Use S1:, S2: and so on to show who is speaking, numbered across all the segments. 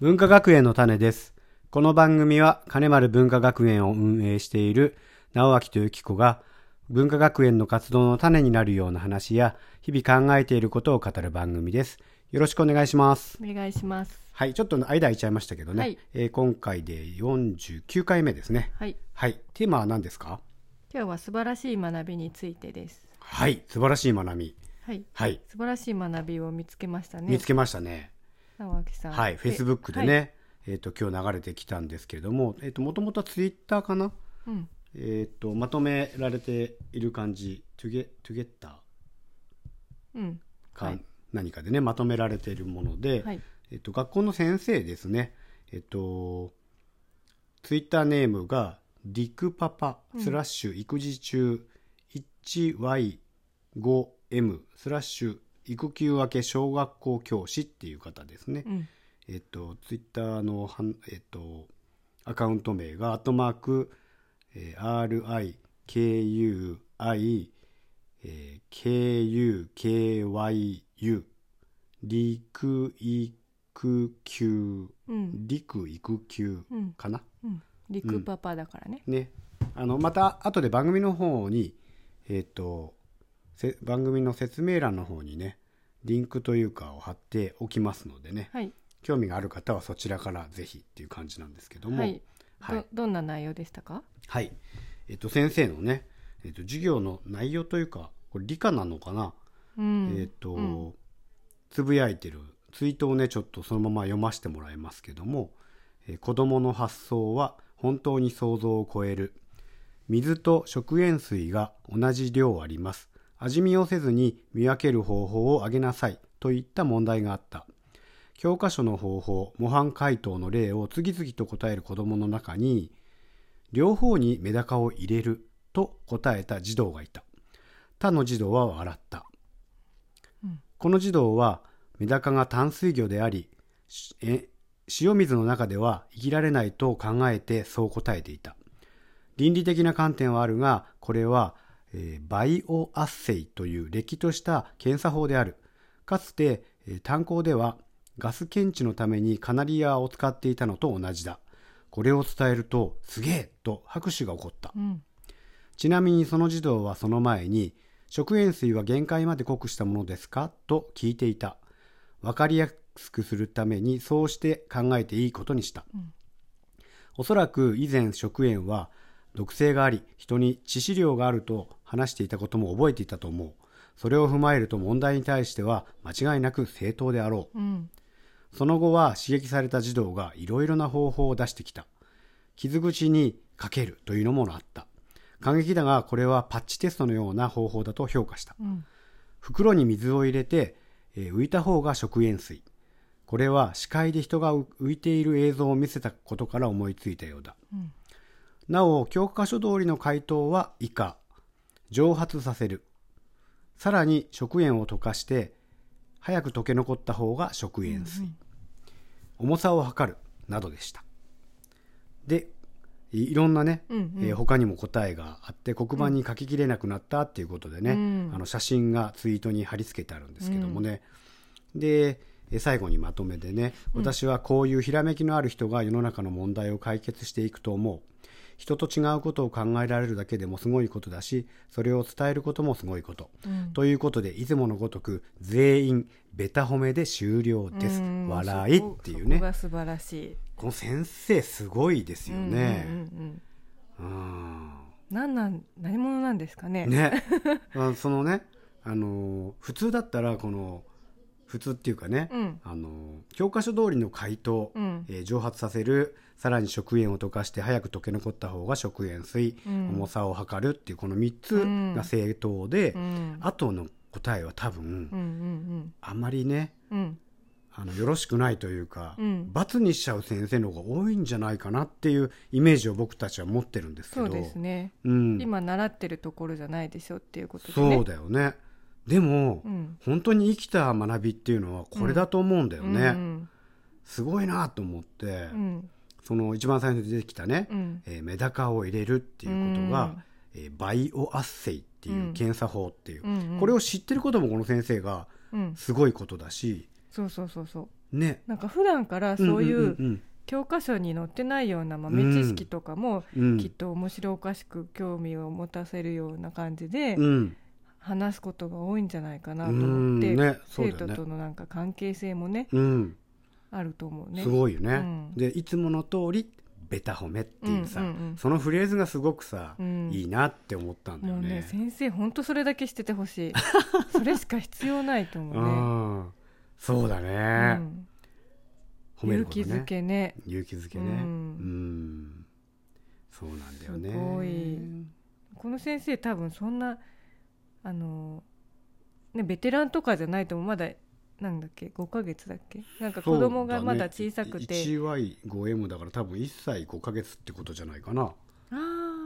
S1: 文化学園の種です。この番組は金丸文化学園を運営している直脇とゆき子が文化学園の活動の種になるような話や日々考えていることを語る番組です。よろしくお願いします。
S2: お願いします。
S1: はい、ちょっと間空いちゃいましたけどね。
S2: はい
S1: えー今回で49回目ですね。
S2: はい。
S1: はい、テーマは何ですか
S2: 今日は素晴らしい学びについてです。
S1: はい、素晴らしい学び。
S2: はい。
S1: はい、
S2: 素晴らしい学びを見つけましたね。
S1: 見つけましたね。
S2: 直明さん。
S1: はい、フェイスブックでね、。えっ、と今日流れてきたんですけれども、えっ、と元々はツイッターかな、
S2: はいうん。
S1: えっ、とまとめられている感じ、トゥゲトゥゲッタ
S2: うん。
S1: ーか、
S2: はい
S1: 何かでねまとめられているもので、
S2: はい。
S1: えっ、と学校の先生ですね、えっ、とツイッターネームがディクパパ
S2: うん
S1: スラッシュ育児中 1Y5M スラッシュ育休明け小学校教師っていう方ですね。
S2: うん。
S1: えっと、ツイッターのはん、えっと、アカウント名が、アットマーク、えー RIKUI、えー KUKYU、陸育休、
S2: うん。
S1: 陸育休
S2: うん。
S1: かな、
S2: うん。リクパパだからね。
S1: ね。あの、また、後で番組の方に、えっと、せ番組の説明欄の方にね、リンクというかを貼っておきますのでね。
S2: はい。
S1: 興味がある方はそちらからぜひっていう感じなんですけども、
S2: はい。
S1: はい
S2: ど、どんな内容でしたか。
S1: はいえっと、先生のね、えっと、授業の内容というかこれ理科なのかな、
S2: うん。
S1: えっと、
S2: うん
S1: つぶやいてるツイートをねちょっとそのまま読ませてもらいますけども「えー子どもの発想は本当に想像を超える」「水と食塩水が同じ量あります」「味見をせずに見分ける方法をあげなさい」といった問題があった教科書の方法模範解答の例を次々と答える子どもの中に両方にメダカを入れると答えた児童がいた他の児童は笑ったこの児童はメダカが淡水魚でありしえ塩水の中では生きられないと考えてそう答えていた倫理的な観点はあるがこれは、えーバイオアッセイというれっきとした検査法であるかつて、えー炭鉱ではガス検知のためにカナリアを使っていたのと同じだこれを伝えるとすげえと拍手が起こった
S2: うん。
S1: ちなみにその児童はその前に、食塩水は限界まで濃くしたものですかと聞いていた。わかりやすくするためにそうして考えていいことにした。
S2: うん
S1: おそらく以前食塩は毒性があり、人に致死量があると話していたことも覚えていたと思う。それを踏まえると問題に対しては間違いなく正当であろう。
S2: うん。
S1: その後は刺激された児童がいろいろな方法を出してきた。傷口にかけるというのもあった。感激だがこれはパッチテストのような方法だと評価した。
S2: うん。
S1: 袋に水を入れて、えー浮いた方が食塩水。これは視界で人が浮浮いている映像を見せたことから思いついたようだ。
S2: うん
S1: なお、教科書通りの回答は以下。蒸発させる。さらに食塩を溶かして、早く溶け残った方が食塩水。重さを測るなどでしたでいいろんなね、
S2: うんうん
S1: えー他にも答えがあって黒板に書ききれなくなったっていうことでね、
S2: うん
S1: あの写真がツイートに貼り付けてあるんですけどもね、でえー最後にまとめでね私はこういうひらめきのある人が世の中の問題を解決していくと思う人と違うことを考えられるだけでもすごいことだしそれを伝えることもすごいこと、
S2: うん
S1: ということでいつものごとく全員ベタ褒めで終了です、
S2: うん
S1: 笑いっていう
S2: そこそこ
S1: ね
S2: が素晴らし
S1: この先生すごいです
S2: い。
S1: よね。
S2: うんうんうん。
S1: うん
S2: なんなん、何者なんですかね。
S1: ねあそのね、あのー普通だったらこの普通っていうかね、
S2: うん
S1: あのー教科書通りの回答、
S2: うん
S1: えー蒸発させるさらに食塩を溶かして早く溶け残った方が食塩水、
S2: うん
S1: 重さを測るっていうこの3つが正当で、
S2: うん。
S1: 後の答えは多分、
S2: うんうん
S1: あまりね
S2: うん。うん。
S1: あのよろしくないというか、
S2: うん
S1: 罰にしちゃう先生の方が多いんじゃないかなっていうイメージを僕たちは持ってるんですけ
S2: そ
S1: ど
S2: うですね。
S1: うん、
S2: 今習ってるところじゃないでしょっていうことでね。
S1: そうだよねでも、
S2: うん。
S1: 本当に生きた学びっていうのはこれだと思うんだよね、
S2: うん
S1: すごいなと思って、
S2: うん
S1: その一番最初に出てきたね、
S2: うん
S1: えーメダカを入れるっていうことが、えーバイオアッセイっていう検査法っていう、
S2: うんうん
S1: これを知ってることもこの先生が
S2: うん
S1: すごいことだし、
S2: そうそうそうそう
S1: ね
S2: なんか普段からそういうん
S1: ん
S2: 教科書に載ってないような豆知識とかも
S1: うんうん
S2: きっと面白おかしく興味を持たせるような感じで
S1: うん
S2: 話すことが多いんじゃないかなと思って、
S1: うんねそう
S2: 生
S1: だよ
S2: 徒
S1: ね
S2: とのなんか関係性もね
S1: うん
S2: あると思うね。
S1: すごいよね、
S2: うん
S1: でいつもの通りベタ褒めっていうさ、
S2: うんうんうん
S1: そのフレーズがすごくさ、
S2: うん
S1: いいなって思ったんだよ
S2: もうね
S1: ね
S2: 先生本当それだけしてて ほしいそれしか必要ないと
S1: う
S2: 思うね、
S1: んそうだね、
S2: うん、
S1: 褒めるこ
S2: 勇
S1: と
S2: 気
S1: ね
S2: づけね
S1: 勇気づけねう
S2: うんん
S1: そうなんだよね
S2: すごいこの先生多分そんなあのねベテランとかじゃないと思うまだなんだっけ5ヶ月だっけなんか子供がまだ小さくて、
S1: そうだね、1Y5M だから多分1歳5ヶ月ってことじゃないかな
S2: あ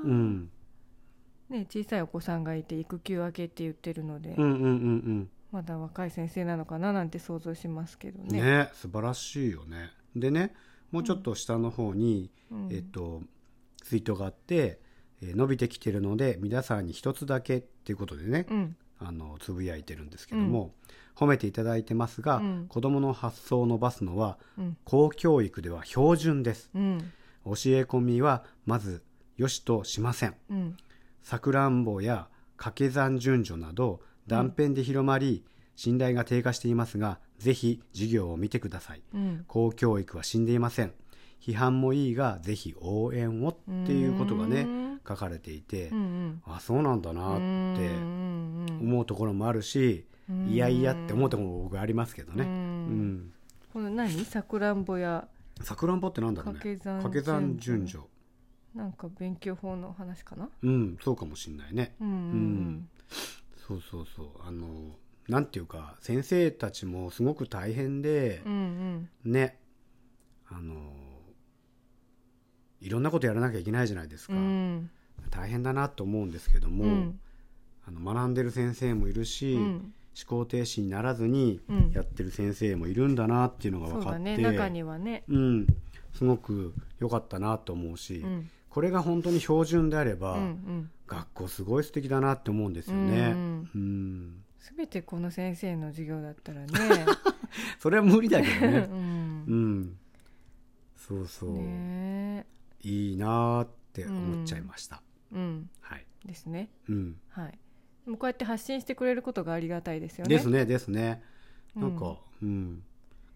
S2: ー
S1: うん
S2: ね小さいお子さんがいて育休明けって言ってるので、
S1: うんうんうん
S2: まだ若い先生なのかななんて想像しますけど
S1: うんね
S2: ね
S1: 素晴らしいよねでねもうちょっと下の方に、
S2: うん
S1: えっとツイートがあって、えー伸びてきてるので皆さんに一つだけっていうことでね、
S2: うん
S1: あのつぶやいてるんですけども、褒めていただいてますが、
S2: うん
S1: 子どもの発想を伸ばすのは
S2: うん
S1: 公教育では標準です
S2: うん
S1: 教え込みはまずよしとしません
S2: うん
S1: さくらんぼや掛け算順序など断片で広まり、信頼が低下していますがぜひ授業を見てください
S2: うん
S1: 公教育は死んでいません批判もいいがぜひ応援をっていうことが
S2: う
S1: ね
S2: ん
S1: 書かれていて、
S2: うん
S1: あそうなんだ
S2: う
S1: なっ
S2: ん
S1: て思うところもあるし、
S2: うん
S1: いやいやって思うところも僕ありますけど
S2: う
S1: ね、うん
S2: んこの何さくらんぼや
S1: さくらんぼってなんだろうね
S2: 掛け算
S1: 掛け算順序
S2: なんか勉強法の話かな
S1: うんそうかもしんないね
S2: うんうん
S1: そうそうそうあのなんていうか先生たちもすごく大変で
S2: うんう、ん
S1: ねあのいろんなことやらなきゃいけないじゃないです
S2: う
S1: か、
S2: ん
S1: 大変だなと思うんですけども、
S2: うん
S1: あの学んでる先生もいるし、
S2: うん
S1: 思考停止にならずに
S2: うん
S1: やってる先生もいるんだなっていうのが
S2: そ
S1: 分
S2: う
S1: かっ
S2: だ
S1: て、
S2: ね中にはね
S1: うん、すごく良かったなと思うし、
S2: うん
S1: これが本当に標準であれば、
S2: うん
S1: 学校すごい素敵だなって思うんです
S2: う
S1: よ
S2: ん
S1: ね。
S2: うんうん
S1: うん
S2: すべてこの先生の授業だっ たらね
S1: それは無理だけど
S2: う
S1: ね。
S2: ん
S1: うん。そうそう。
S2: ね
S1: いいなーって思っちゃいました。
S2: うん
S1: はい。
S2: ですね
S1: うん。
S2: はいでもこうやって発信してくれることがありがたいですよね
S1: ですね、ですね。
S2: うん
S1: なんか、うん。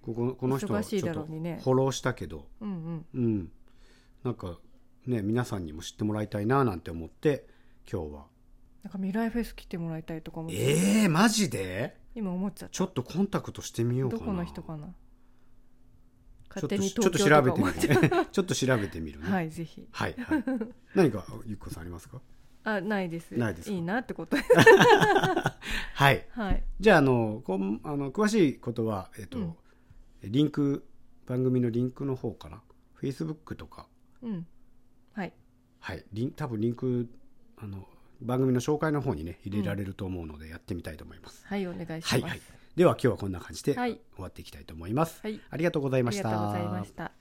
S1: こここの人は
S2: 忙し
S1: ち
S2: い
S1: ょ
S2: だ
S1: っ
S2: ろ
S1: と
S2: うにね
S1: フォローしたけど、
S2: うんうん
S1: うん。なんか、ね、皆さんにも知ってもらいたいなーなんて思って、今日は。
S2: なんか未来フェス来てもらいたいとかも
S1: えー、マジで
S2: 今思っちゃった
S1: ちょっとコンタクトしてみようか
S2: ど
S1: な。
S2: この人か
S1: ち
S2: な
S1: ょっ
S2: 勝
S1: と
S2: 手に
S1: ちょっ
S2: 東
S1: と
S2: 京と
S1: 調
S2: か
S1: べて
S2: 思
S1: み
S2: っちゃ
S1: るね。 ちょっと調べてみる
S2: う
S1: ね。
S2: はいぜひ
S1: はい。 はい。何か、ゆっこさんありますか
S2: あないです
S1: ないですか
S2: いいなってこと
S1: はい。
S2: はい
S1: じゃあ、あの、こんあの詳しいことは、えっと、
S2: うん
S1: リンク、番組のリンクの方かな。Facebook とか、
S2: うんはい
S1: はい。リン多分リンク、あの、番組の紹介の方にね、入れられると思うので、やってみたいと思います。
S2: はいお願い
S1: はい、
S2: し
S1: は
S2: ま
S1: い
S2: す。
S1: では、今日はこんな感じで、
S2: はい
S1: 終わっていきたいと思います。
S2: はい
S1: ありがとうござい
S2: あ
S1: ま
S2: り
S1: し
S2: が
S1: た。
S2: とうございました